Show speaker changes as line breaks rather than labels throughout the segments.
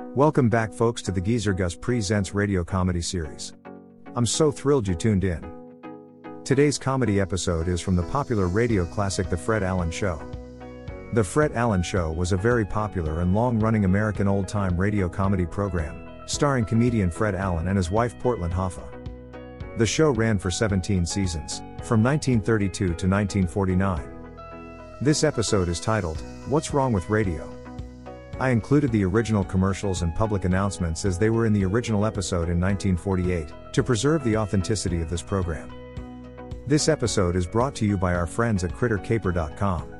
Welcome back, folks, to the Geezer Gus Presents radio comedy series. I'm so thrilled you tuned in. Today's comedy episode is from the popular radio classic The Fred Allen Show. The Fred Allen Show was a very popular and long running American old time radio comedy program, starring comedian Fred Allen and his wife Portland Hoffa. The show ran for 17 seasons, from 1932 to 1949. This episode is titled, What's Wrong with Radio? I included the original commercials and public announcements as they were in the original episode in 1948 to preserve the authenticity of this program. This episode is brought to you by our friends at CritterCaper.com.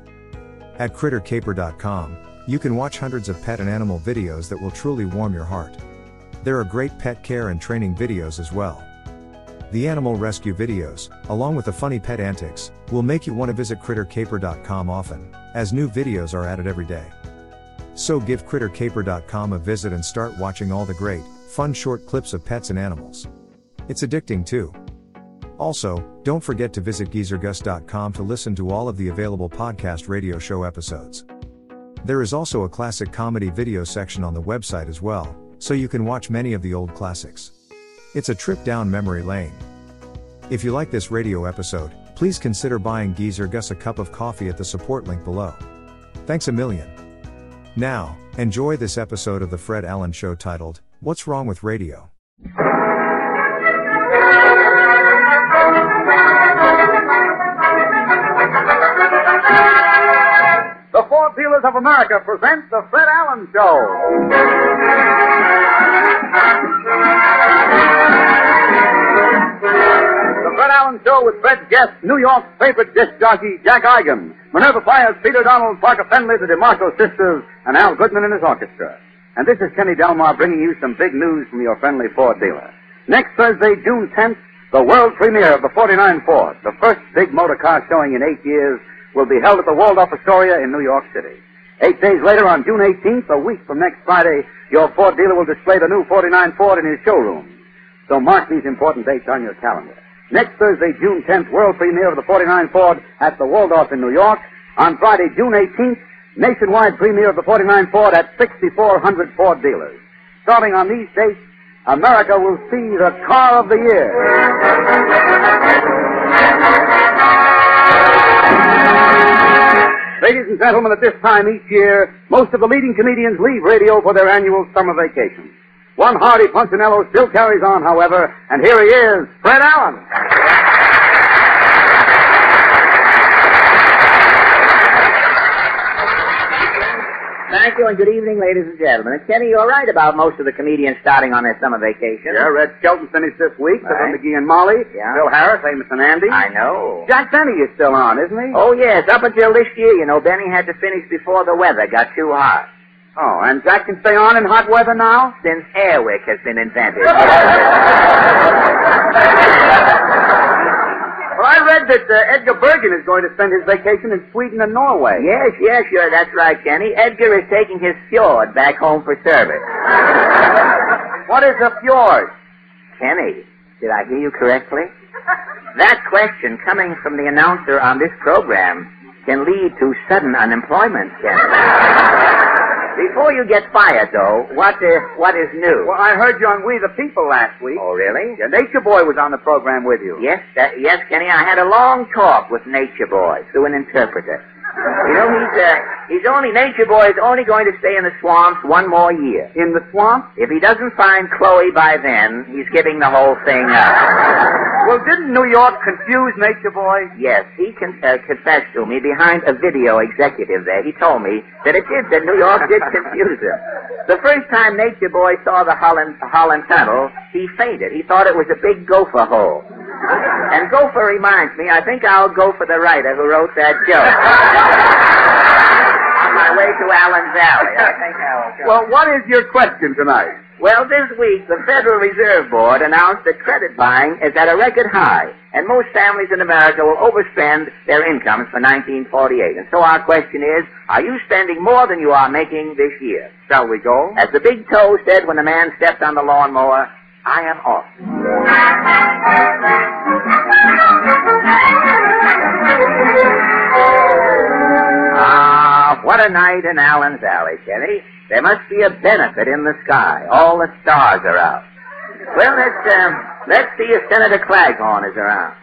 At CritterCaper.com, you can watch hundreds of pet and animal videos that will truly warm your heart. There are great pet care and training videos as well. The animal rescue videos, along with the funny pet antics, will make you want to visit CritterCaper.com often, as new videos are added every day. So give CritterCaper.com a visit and start watching all the great, fun short clips of pets and animals. It's addicting too. Also, don't forget to visit GeezerGus.com to listen to all of the available podcast radio show episodes. There is also a classic comedy video section on the website as well, so you can watch many of the old classics. It's a trip down memory lane. If you like this radio episode, please consider buying Geezer Gus a cup of coffee at the support link below. Thanks a million. Now, enjoy this episode of The Fred Allen Show titled, What's Wrong with Radio?
The Ford Dealers of America present the Fred Allen Show. The Fred Allen Show with Fred's guest, New York's favorite disc jockey, Jack Eigen, Minerva Fires, Peter Donald, Parker Fenley, the DeMarco sisters, and Al Goodman and his orchestra. And this is Kenny Delmar bringing you some big news from your friendly Ford dealer. Next Thursday, June 10th, the world premiere of the 49 Ford, the first big motor car showing in eight years, will be held at the Waldorf Astoria in New York City. Eight days later, on June 18th, a week from next Friday, your Ford dealer will display the new 49 Ford in his showroom. So mark these important dates on your calendar. Next Thursday, June 10th, world premiere of the 49 Ford at the Waldorf in New York. On Friday, June 18th, nationwide premiere of the 49 Ford at 6,400 Ford dealers. Starting on these dates, America will see the car of the year. Ladies and gentlemen, at this time each year, most of the leading comedians leave radio for their annual summer vacation. One hardy Punchinello still carries on, however, and here he is, Fred Allen.
Thank you, and good evening, ladies and gentlemen. And Kenny, you're right about most of the comedians starting on their summer vacation.
Yeah, Red Skelton finished this week. Right.
Right.
McGee and Molly.
Yeah.
Bill Harris, Amos and Andy.
I know.
Jack Benny is still on, isn't he?
Oh, yes, up until this year, you know, Benny had to finish before the weather got too hot.
Oh, and Jack can stay on in hot weather now?
Since Airwick has been invented.
Well, I read that uh, Edgar Bergen is going to spend his vacation in Sweden and Norway.
yes, yes, sure, that's right, Kenny. Edgar is taking his fjord back home for service.
What is a fjord?
Kenny, did I hear you correctly? That question coming from the announcer on this program can lead to sudden unemployment, Kenny. Before you get fired, though, what, uh, what is new?
Well, I heard you on We the People last week.
Oh, really?
Yeah, Nature Boy was on the program with you.
Yes, that, yes, Kenny. I had a long talk with Nature Boy through an interpreter. You know, he's uh, he's only Nature Boy is only going to stay in the swamps one more year.
In the swamp?
If he doesn't find Chloe by then, he's giving the whole thing up.
Well, didn't New York confuse Nature Boy?
Yes, he con- uh, confessed to me behind a video executive there. He told me that it did, that New York did confuse him. The first time Nature Boy saw the Holland, Holland Tunnel, he fainted. He thought it was a big gopher hole. And gopher reminds me, I think I'll go for the writer who wrote that joke. On my way to Allen Valley, I think I'll go.
Well, what is your question tonight?
Well, this week, the Federal Reserve Board announced that credit buying is at a record high, and most families in America will overspend their incomes for 1948. And so our question is, are you spending more than you are making this year?
Shall we go?
As the big toe said when the man stepped on the lawnmower, I am off. Ah, What a night in Allen's Alley, Kenny. There must be a benefit in the sky. All the stars are out. Well, let's, um, let's see if Senator Claghorn is around.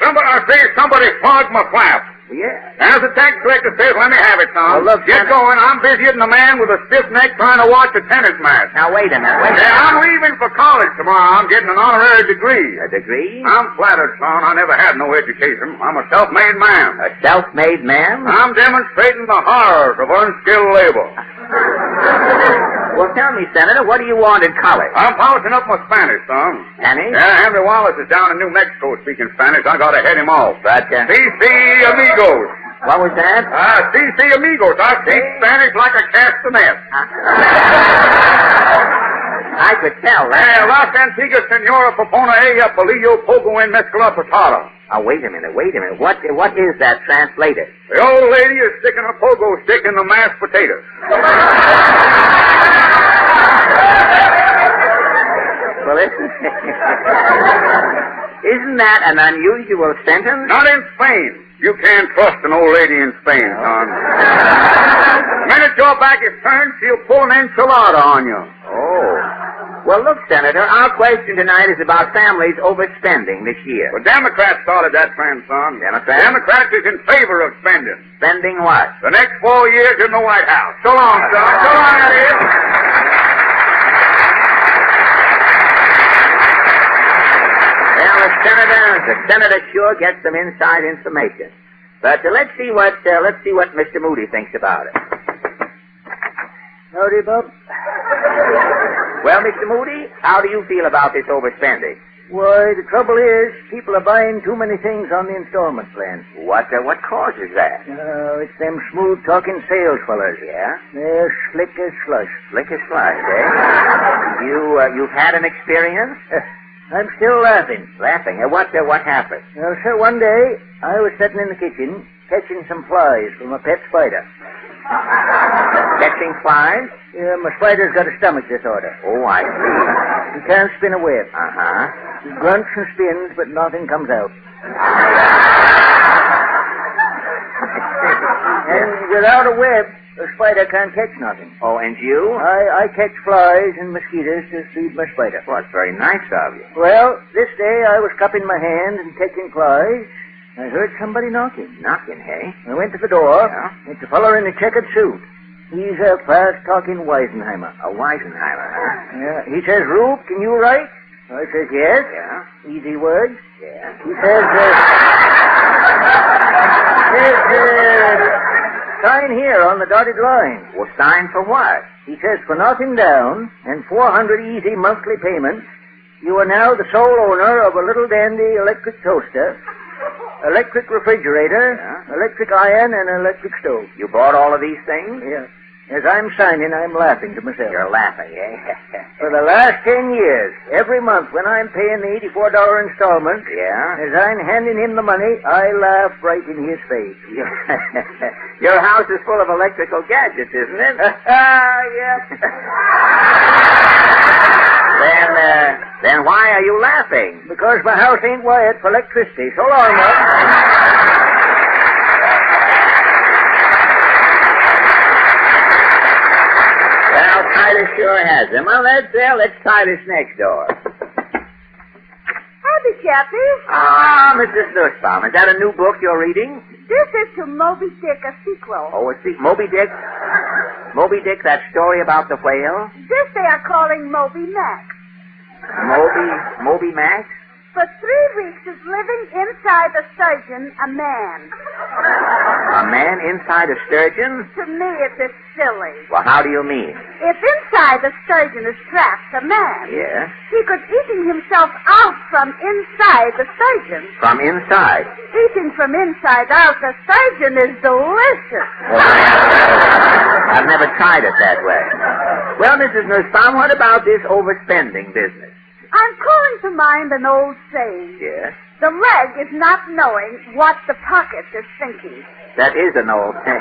Somebody, I say somebody fogged my flap.
Yeah.
As the tax collector says, let me have it, Tom.
Well, look,
Get
Senator-
going. I'm busier than a man with a stiff neck trying to watch a tennis match.
Now, wait a minute. Wait a minute.
Yeah, I'm leaving for college tomorrow. I'm getting an honorary degree.
A degree?
I'm flattered, Tom. I never had no education. I'm a self-made man.
A self-made man?
I'm demonstrating the horrors of unskilled labor.
Well, tell me, Senator, what do you want in college?
I'm polishing up my Spanish, Tom.
Kenny?
Yeah, Henry Wallace is down in New Mexico speaking Spanish. I gotta head him off.
But, uh,
CC amigos.
what was that?
Ah, CC amigos. I speak Spanish like a castanet.
I could tell
Eh,
that.
Las Antiguas, Senora Popona, ella, Polillo, Pogo, and Mescala Patata.
Oh, wait a minute, wait a minute. What, what is that translated?
The old lady is sticking a pogo stick in the mashed potatoes.
Well, listen. Isn't that an unusual sentence?
Not in Spain. You can't trust an old lady in Spain, son. the minute your back is turned, she'll pull an enchilada on you.
Oh. Well, look, Senator, our question tonight is about families overspending this year.
The Democrats started that plan, son.
Democrats?
Democrats is in favor of spending.
Spending what?
The next four years in the White House. So long, son. So long, Elliot.
Well, the senator, the senator sure gets some inside information. But uh, let's see what uh, let's see what Mr. Moody thinks about it. Howdy, Bob. Well, Mr. Moody, how do you feel about this overspending?
Why, the trouble is, people are buying too many things on the installment plan.
What uh, what causes that?
Oh, it's them smooth talking sales fellas.
Yeah,
They're slick as slush.
slick as flies, eh? You uh, you've had an experience?
I'm still laughing.
Laughing. Uh, what uh, what happened?
Now, sir, one day I was sitting in the kitchen catching some flies from a pet spider.
Catching flies?
Yeah, my spider's got a stomach disorder.
Oh, I see.
He can't spin a web.
Uh huh.
He grunts and spins, but nothing comes out. And without a web, the spider can't catch nothing.
Oh, and you?
I, I catch flies and mosquitoes to feed my spider.
Well, it's very nice of you.
Well, this day I was cupping my hand and catching flies. I heard somebody knocking.
Nothing, hey?
I went to the door.
Yeah.
It's a feller in a checkered suit. He's a fast-talking Weisenheimer.
A Weisenheimer, huh?
Yeah. He says, Rube, can you write? I says, yes.
Yeah,
Easy words.
yeah.
He says, uh, says, uh, sign here on the dotted line.
Well, sign for what?
He says, for nothing down and 400 easy monthly payments, you are now the sole owner of a little dandy electric toaster, electric refrigerator,
Yeah.
electric iron, and electric stove.
You bought all of these things?
Yeah. As I'm signing, I'm laughing to myself.
You're laughing, eh?
For the last 10 years, every month when I'm paying the $84 installment,
yeah?
as I'm handing him the money, I laugh right in his face.
Your house is full of electrical gadgets, isn't it?
Ah, yes.
then, uh, then why are you laughing?
Because my house ain't wired for electricity. So long,
eh?
Mom.
Well, Titus sure has them. Well, let's, uh, let's try this next door.
Howdy, Chappie.
Ah, Mrs. Nussbaum, is that a new book you're reading?
This is to Moby Dick, a sequel.
Oh, it's the Moby Dick. Moby Dick, that story about the whale.
This they are calling Moby Max.
Moby, Moby Max.
For three weeks is living inside the surgeon, a man.
A man inside a sturgeon?
To me, it's just silly.
Well, how do you mean?
If inside the surgeon is trapped a man,
Yes.
he could eating himself out from inside the surgeon.
From inside.
Eating from inside out the surgeon is delicious.
Well, I- I've never tried it that way. Well, Mrs. Nussbaum, what about this overspending business?
I'm calling to mind an old saying.
Yes.
The leg is not knowing what the pocket is thinking.
That is an old thing.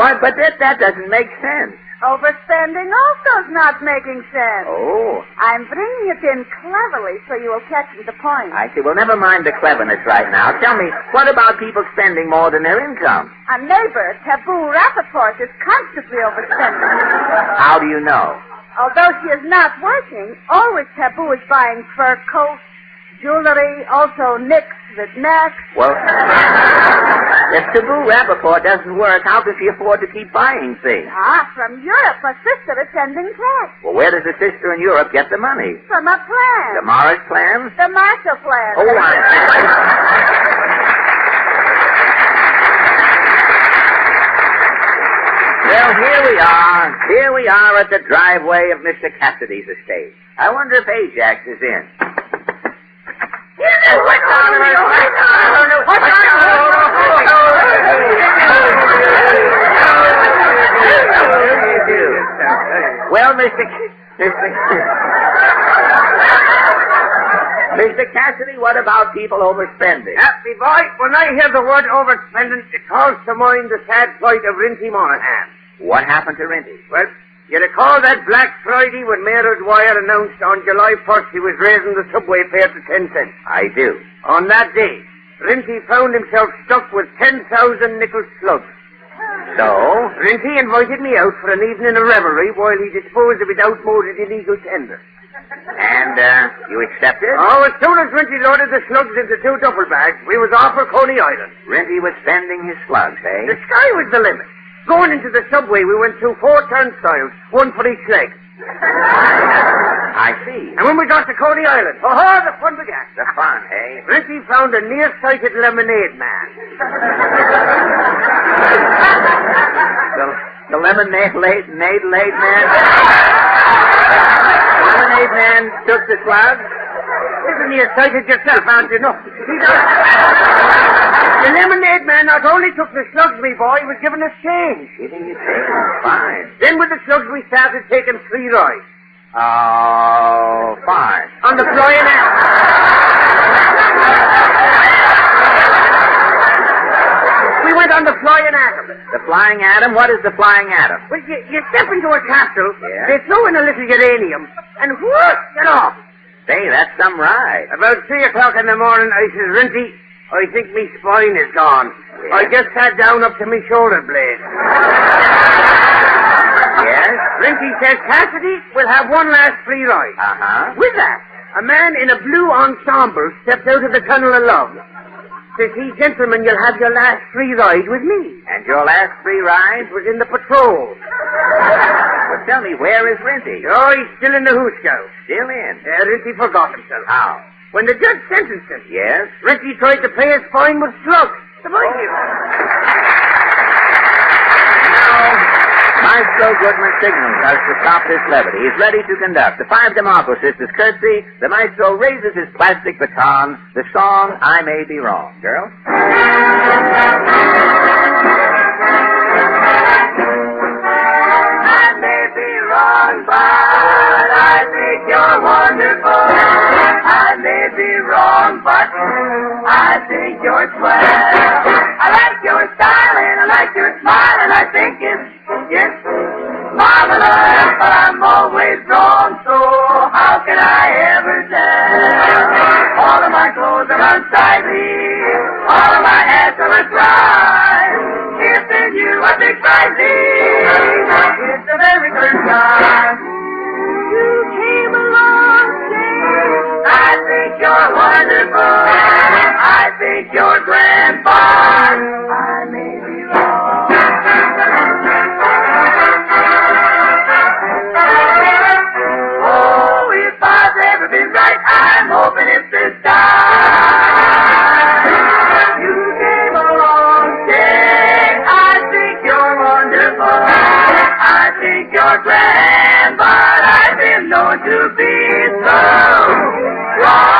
Why, but that, that doesn't make sense.
Overspending also's not making sense.
Oh,
I'm bringing it in cleverly so you will catch the point.
I see. Well, never mind the cleverness right now. Tell me, what about people spending more than their income?
A neighbor, Taboo Rappaport, is constantly overspending.
How do you know?
Although she is not working, always Taboo is buying fur coats, jewelry, also Nix with Max.
Well, if Taboo Rappaport doesn't work, how can she afford to keep buying things?
Ah, from Europe, her sister is sending cash.
Well, where does the sister in Europe get the money?
From a plan.
The Morris plans?
The Marshall plan.
Oh, I see. Well, here we are. Here we are at the driveway of Mr. Cassidy's estate. I wonder if Ajax is in. Well, Mr. Ca- Mr. Ca- Mr. Cassidy, what about people overspending?
Happy boy, when I hear the word overspending, it calls to mind the sad plight of Rinty Monahan.
What happened to Renty?
Well, you recall that Black Friday when Mayor Dwyer announced on July 1st he was raising the subway fare to 10 cents.
I do.
On that day, Rinty found himself stuck with 10,000 nickel slugs.
So,
Rinty invited me out for an evening of revelry while he disposed of his outmoded illegal tender.
and uh, you accepted?
Oh, as soon as Rinty loaded the slugs into two duffel bags, we was off for Coney Island.
Renty was spending his slugs, eh?
The sky was the limit. Going into the subway, we went through four turnstiles, one for each leg.
I see.
And when we got to Coney Island, oh, the fun began.
The fun, eh?
Rinty found a nearsighted lemonade man.
The, the lemonade late, made late man. lemonade man took the slugs.
Isn't nearsighted yourself, aren't you? No. He does. the lemonade man not only took the slugs, me boy, he was given a change.
Giving you things. Fine.
Then with the slugs, we started taking free rides.
Oh, fine.
On the flying end. we went on the flying atom.
The flying atom. What is the flying atom?
Well, you, you step into a capsule,
Yeah.
they throw in a little uranium, and whoop, you're off.
Say, that's some ride.
About three o'clock in the morning, I says, Rinty, I think me spine is gone.
Yeah.
I just sat down up to me shoulder blade.
Yes.
Rinty says, Cassidy, we'll have one last free ride.
Uh huh.
With that, a man in a blue ensemble stepped out of the tunnel of love. Says he, gentlemen, you'll have your last free ride with me.
And your last free ride?
It was in the patrol.
Well, tell me, where is Renty?
Oh, he's still in the hooscow.
Still in.
Uh, Rinty forgot himself.
How?
When the judge sentenced him,
Yes.
Rinty tried to pay his fine with drugs.
Oh.
The boy
Now, Maestro Goodman signals us to stop this levity. He's ready to conduct. The five democracists is curtsy. The maestro raises his plastic baton. The song, I May Be Wrong. Girl? I may be wrong, but I think you're wonderful. I may be wrong, but I think you're swell. I like your style and I like your smile and I think it's, it's marvelous, but I'm always wrong, so how can I ever tell? All of my clothes are unsightly, all of my hats are awry. If they knew I'd be crazy, it's a very good time. You came along, Jane. I think you're wonderful. I think you're grand fun. I may be wrong. Oh, if I've ever been right, I'm hoping it's this time. You came along, Jane. I think you're wonderful. I think you're grand, but I've been known to be so wrong.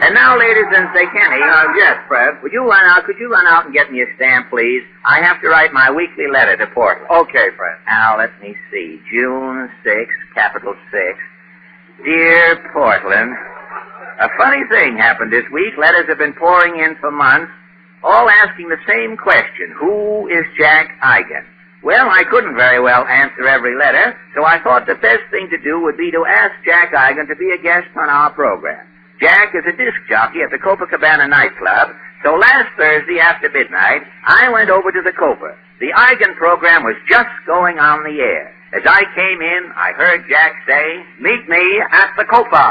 And now, ladies and say, Kenny. Uh, yes, Fred. Would you run out? Could you run out and get me a stamp, please? I have to write my weekly letter to Portland.
Okay, Fred.
Now, let me see. June 6th, capital 6. Dear Portland, a funny thing happened this week. Letters have been pouring in for months, all asking the same question Who is Jack Eigen? Well, I couldn't very well answer every letter, so I thought the best thing to do would be to ask Jack Eigen to be a guest on our program. Jack is a disc jockey at the Copacabana nightclub, so last Thursday after midnight, I went over to the Copa. The Eigen program was just going on the air. As I came in, I heard Jack say, Meet me at the Copa.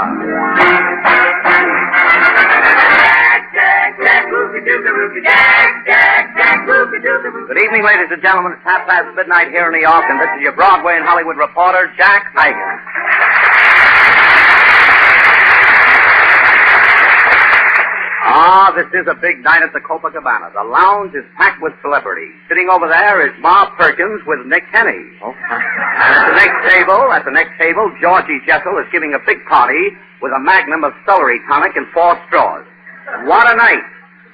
Good evening, ladies and gentlemen. It's half past midnight here in New York, and this is your Broadway and Hollywood reporter, Jack Eigen. Ah, this is a big night at the Copacabana. The lounge is packed with celebrities. Sitting over there is Ma Perkins with Nick Henny. at the next table, at the next table, Georgie Jessel is giving a big party with a magnum of celery tonic and four straws. What a night!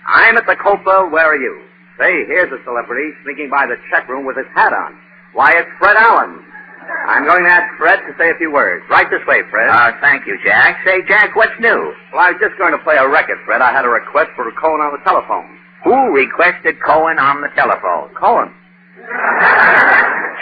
I'm at the Copa. Where are you? Say, here's a celebrity sneaking by the check room with his hat on. Why, it's Fred Allen. I'm going to ask Fred to say a few words. Right this way, Fred.
Uh, thank you, Jack. Say, Jack, what's new?
Well, I was just going to play a record, Fred. I had a request for Cohen on the telephone.
Who requested Cohen on the telephone?
Cohen?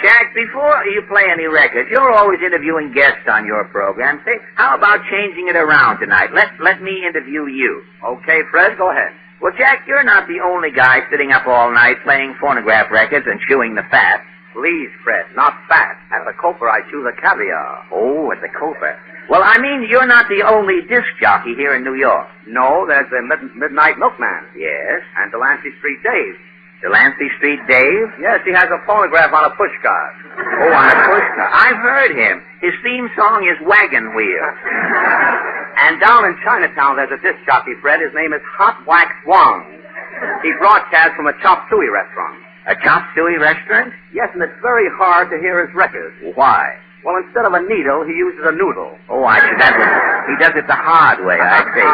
Jack, before you play any records, you're always interviewing guests on your program. Say, how about changing it around tonight? Let let me interview you.
Okay, Fred, go ahead.
Well, Jack, you're not the only guy sitting up all night playing phonograph records and chewing the fat.
Please, Fred, not fat. At the Copa, I chew the caviar.
Oh, at the Copa. Well, I mean, you're not the only disc jockey here in New York.
No, there's the mid- Midnight Milkman.
Yes.
And Delancey Street Dave.
Delancey Street Dave?
Yes, he has a phonograph on a pushcart.
Oh, on a pushcart. I've heard him. His theme song is Wagon Wheel.
And down in Chinatown, there's a disc jockey, Fred. His name is Hot Wax Wong. He broadcasts from a chop suey restaurant.
A chop suey restaurant?
Yes, and it's very hard to hear his records.
Why?
Well, instead of a needle, he uses a noodle.
Oh, I see. That was, he does it the hard way, I see.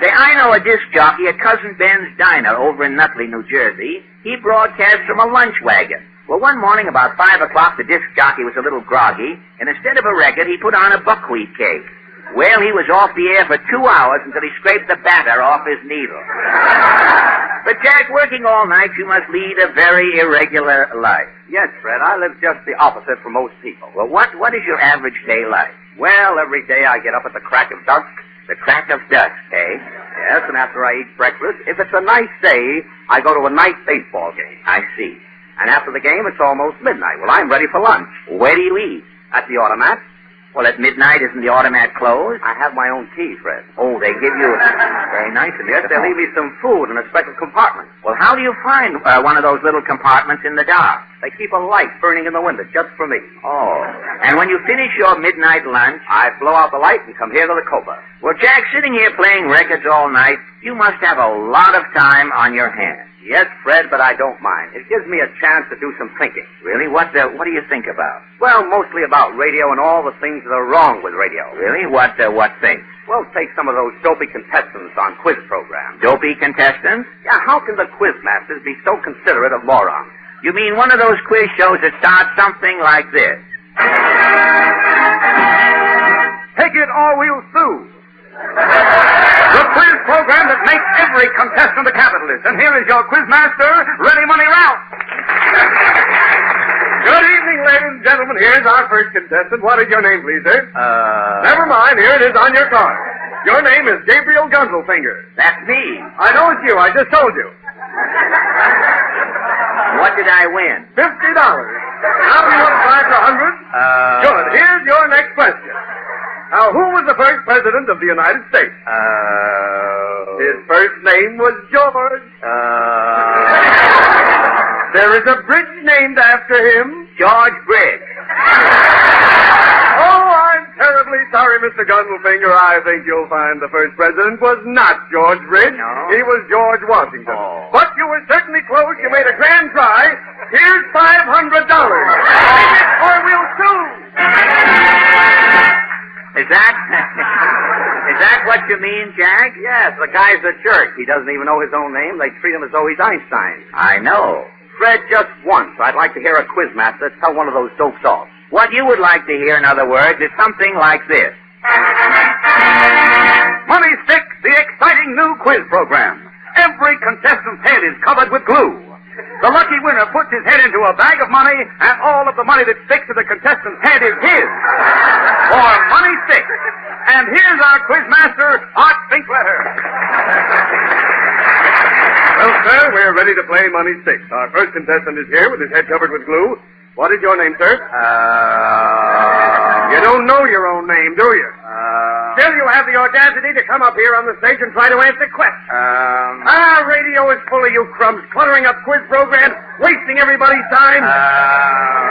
Say, I know a disc jockey at Cousin Ben's Diner over in Nutley, New Jersey. He broadcasts from a lunch wagon. Well, one morning about 5 o'clock, the disc jockey was a little groggy, and instead of a record, he put on a buckwheat cake. Well, he was off the air for two hours until he scraped the batter off his needle. but, Jack, working all night, you must lead a very irregular life.
Yes, Fred, I live just the opposite from most people.
Well, what, what is your average day like?
Well, every day I get up at the crack of dusk.
The crack of dusk, eh?
Yes, and after I eat breakfast, if it's a nice day, I go to a nice baseball game.
I see.
And after the game, it's almost midnight. Well, I'm ready for lunch.
Where do you eat?
At the automat.
Well, at midnight, isn't the automat closed?
I have my own key, Fred.
Oh, they give you very nice of you.
Yes, they leave me some food in a special compartment.
Well, how do you find uh, one of those little compartments in the dark?
They keep a light burning in the window just for me.
Oh. And when you finish your midnight lunch,
I blow out the light and come here to the Copa.
Well, Jack, sitting here playing records all night, you must have a lot of time on your hands.
Yes, Fred, but I don't mind. It gives me a chance to do some thinking.
Really? What the, what do you think about?
Well, mostly about radio and all the things that are wrong with radio.
Really? What uh, what things?
Well, take some of those dopey contestants on quiz programs.
Dopey contestants?
Yeah, how can the quiz masters be so considerate of morons?
You mean one of those quiz shows that starts something like this?
Take it or we'll sue. The quiz program that makes every contestant a capitalist. And here is your quiz master, Ready Money Ralph. Good evening, ladies and gentlemen. Here's our first contestant. What is your name, please, sir?
Uh,
Never mind. Here it is on your card. Your name is Gabriel Gunzelfinger.
that's me.
I know it's you. I just told you.
What did I win?
Fifty dollars. Now you want to try for a hundred?
Uh,
Good. Here's your next question. Now, who was the first president of the United States?
Uh,
His first name was George.
uh,
There is a bridge named after him.
George Briggs.
Oh, I'm terribly sorry, Mr. Gundelfinger. I think you'll find the first president was not George Bridge.
No?
He was George Washington.
Oh.
But you were certainly close. You made a grand try. Here's $500. or we'll sue.
Is that is that what you mean, Jack?
Yes, the guy's a jerk. He doesn't even know his own name. They treat him as though he's Einstein.
I know.
Fred, just once, I'd like to hear a quizmaster tell one of those dopes off.
What you would like to hear, in other words, is something like this.
Money Stick, the exciting new quiz program.
Every contestant's head is covered with glue. The lucky winner puts his head into a bag of money, and all of the money that sticks to the contestant's head is his. For money sticks. And here's our quiz master, Art Finkletter. Well, sir, we're ready to play Money Six. Our first contestant is here with his head covered with glue. What is your name, sir? Uh... You don't know your own name, do you? Uh... Still, you have the audacity to come up here on the stage and try to answer questions.
uh,
Um... Our radio is full of you crumbs, cluttering up quiz programs, wasting everybody's time. Uh...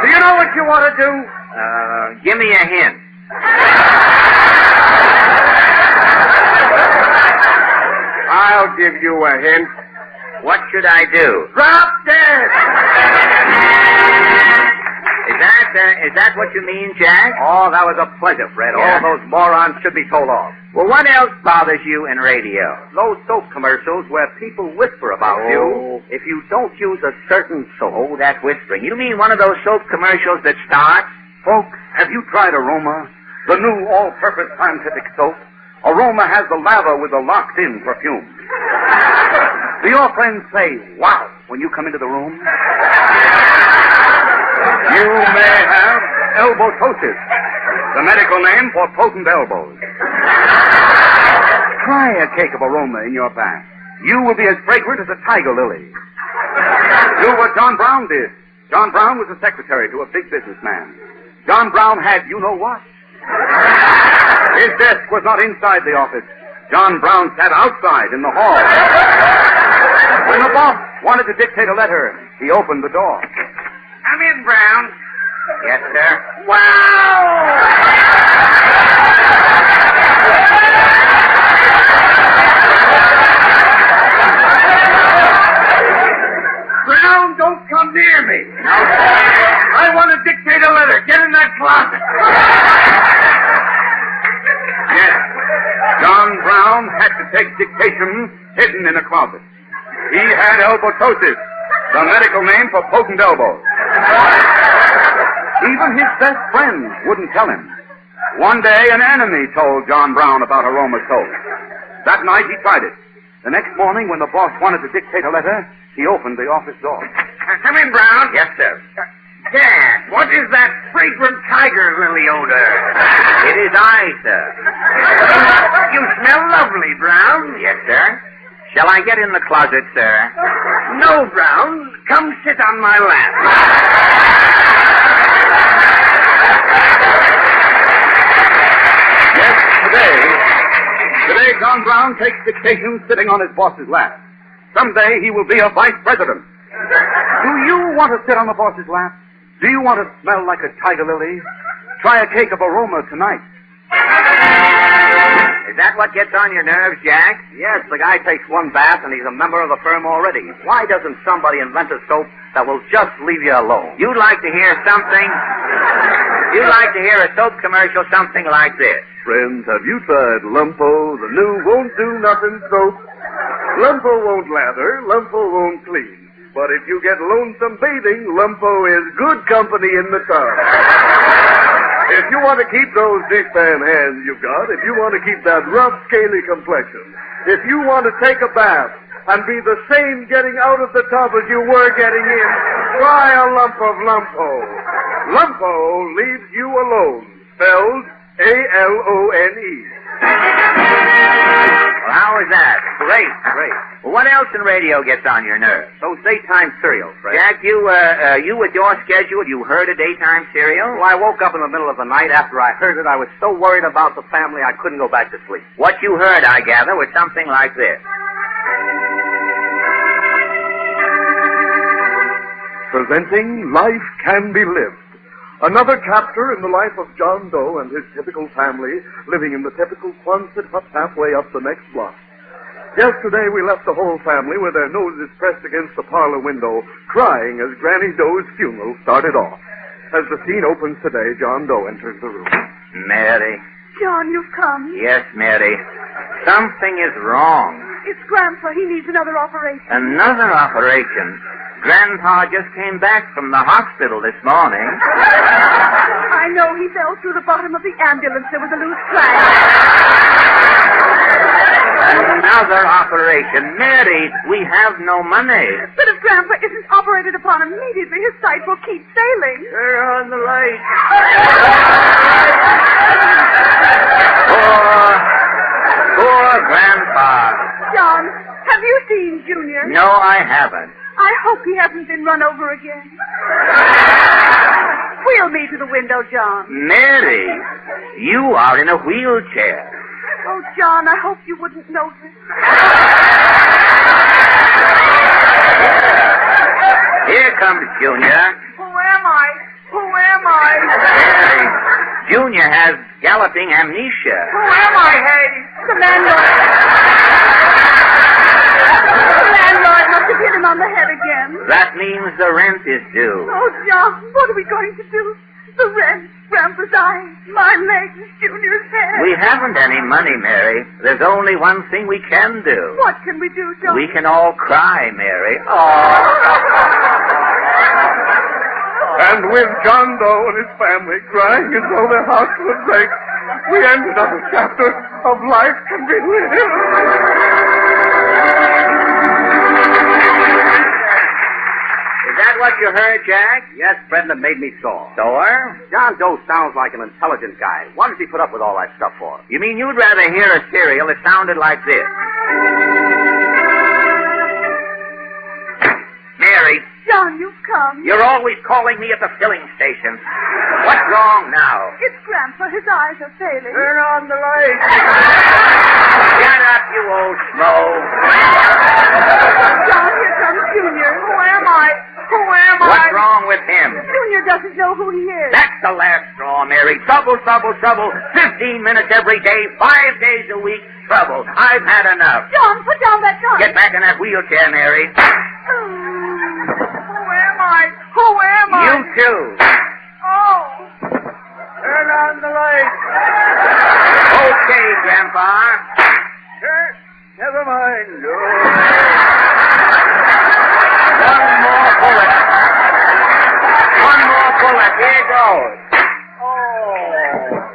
Do you know what you want to do? Uh, give me a hint. I'll give you a hint. What should I do? Drop dead! Is that, uh, is that what you mean, Jack? Oh, that was a pleasure, Fred. All those morons should be told off. Well, what else bothers you in radio? Those soap commercials where people whisper about you if you don't use a certain soap. Oh, that whispering. You mean one of those soap commercials that starts? Folks, have you tried Aroma? The new all-purpose scientific soap? Aroma has the lava with the locked-in perfume. Do your friends say, wow, when you come into the room? You may have elbotosis, the medical name for potent elbows. Try a cake of aroma in your bath. You will be as fragrant as a tiger lily. Do what John Brown did. John Brown was the secretary to a big businessman. John Brown had you know what? His desk was not inside the office. John Brown sat outside in the hall. When the boss wanted to dictate a letter, he opened the door. Come in, Brown. Yes, sir. Wow! Brown, don't come near me. I want to dictate a letter. Get in that closet. Yes. John Brown had to take dictation hidden in a closet. He had elbotosis, the medical name for potent elbows. Even his best friends wouldn't tell him. One day, an enemy told John Brown about aroma soap. That night, he tried it. The next morning, when the boss wanted to dictate a letter, he opened the office door. Uh, Come in, Brown. Yes, sir. Dan, what is that fragrant tiger lily odor? It is I, sir. you smell lovely, Brown. Yes, sir. Shall I get in the closet, sir? No, Brown. Come sit on my lap. Yes, today. Today, John Brown takes dictation sitting on his boss's lap. Someday he will be a vice president. Do you want to sit on the boss's lap? Do you want to smell like a tiger lily? Try a cake of aroma tonight. Is that what gets on your nerves, Jack? Yes, the guy takes one bath and he's a member of the firm already. Why doesn't somebody invent a soap that will just leave you alone? You'd like to hear something. You'd like to hear a soap commercial something like this.
Friends, have you tried Lumpo, the new won't do nothing soap? Lumpo won't lather, Lumpo won't clean. But if you get lonesome bathing, Lumpo is good company in the tub. if you want to keep those dishpan hands you've got, if you want to keep that rough, scaly complexion, if you want to take a bath and be the same getting out of the tub as you were getting in, try a lump of Lumpo. Lumpo leaves you alone. Spelled A-L-O-N-E.
Well, how is that? Great, great. Well, what else in radio gets on your nerves?
Those daytime cereals, Fred.
Jack, you, uh, uh, you with your schedule, you heard a daytime serial?
Well, I woke up in the middle of the night after I heard it. I was so worried about the family, I couldn't go back to sleep.
What you heard, I gather, was something like this.
Presenting Life Can Be Lived. Another chapter in the life of John Doe and his typical family living in the typical Quonset hut halfway up the next block. Yesterday we left the whole family with their noses pressed against the parlor window, crying as Granny Doe's funeral started off. As the scene opens today, John Doe enters the room.
Mary.
John, you've come.
Yes, Mary. Something is wrong.
It's Grandpa. He needs another operation.
Another operation. Grandpa just came back from the hospital this morning.
I know he fell through the bottom of the ambulance. There was a loose flag.
Another operation. Mary, we have no money.
But if Grandpa isn't operated upon immediately, his sight will keep failing.
Turn on the light. poor, poor Grandpa.
John, have you seen Junior?
No, I haven't.
I hope he hasn't been run over again. Wheel me to the window, John.
Mary, you are in a wheelchair.
Oh, John, I hope you wouldn't notice.
Here comes Junior.
Who am I? Who am I?
Mary, Junior has galloping
Who
amnesia.
am I, Hayes? The landlord. the landlord must have hit him on the head again.
That means the rent is due.
Oh, John, what are we going to do? The rent, Grandpa's eyes, my legs, Junior's head.
We haven't any money, Mary. There's only one thing we can do.
What can we do, John?
We can all cry, Mary. Oh.
And with John Doe and his family crying as though their house would break, we end another chapter of life can be lived.
Is that what you heard, Jack? Yes, Brenda made me sore.
Sore?
John Doe sounds like an intelligent guy. What does he put up with all that stuff for?
You mean you'd rather hear a serial that sounded like this? Mary,
John, you've come.
you're always calling me at the filling station. What's wrong now?
It's Grandpa. His eyes are failing.
Turn on the light. Shut up, you old schmo.
John, here comes Junior. Who am I? Who am I?
What's wrong with him?
Junior doesn't know who he is.
That's the last straw, Mary. Trouble, trouble, trouble. Fifteen minutes every day, five days a week. Trouble. I've had enough.
John, put down that gun.
Get back in that wheelchair, Mary.
Who am I? Who am I?
You too.
Oh.
Turn on the light.
Okay, Grandpa.
Never mind, Doe.
One more bullet. One more bullet. Here goes.
Oh.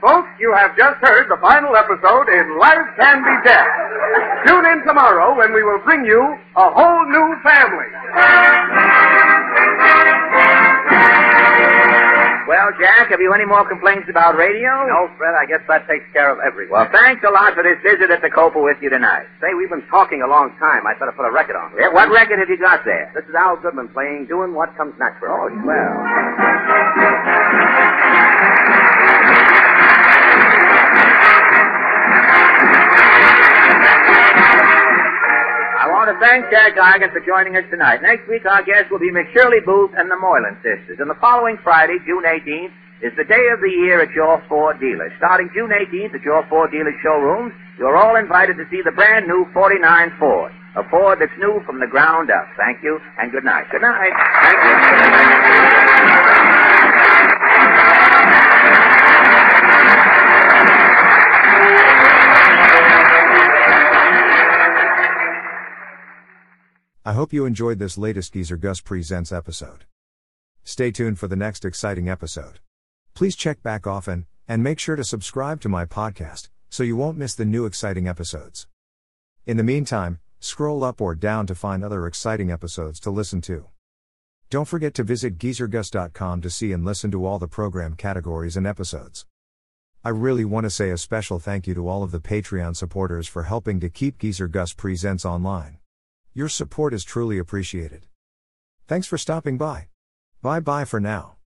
Folks, you have just heard the final episode in Life Can Be Death. Tune in tomorrow when we will bring you a whole new family.
Well, Jack, have you any more complaints about radio?
No, Fred, I guess that takes care of everything.
Well, thanks a lot for this visit at the Copa with you tonight.
say, we've been talking a long time. I better put a record on.
Yeah, what record have you got there?
This is Al Goodman playing Doing What Comes Natural. Oh, well.
I want to thank Jack Igan for joining us tonight. Next week, our guests will be McShirley Booth and the Moylan sisters. And the following Friday, June 18th, is the day of the year at your Ford dealers. Starting June 18th at your Ford dealers showrooms, you're all invited to see the brand new 49 Ford. A Ford that's new from the ground up. Thank you and good night. Good night. Thank you.
I hope you enjoyed this latest Geezer Gus Presents episode. Stay tuned for the next exciting episode. Please check back often, and make sure to subscribe to my podcast, so you won't miss the new exciting episodes. In the meantime, scroll up or down to find other exciting episodes to listen to. Don't forget to visit geezergus.com to see and listen to all the program categories and episodes. I really want to say a special thank you to all of the Patreon supporters for helping to keep Geezer Gus Presents online. Your support is truly appreciated. Thanks for stopping by. Bye bye for now.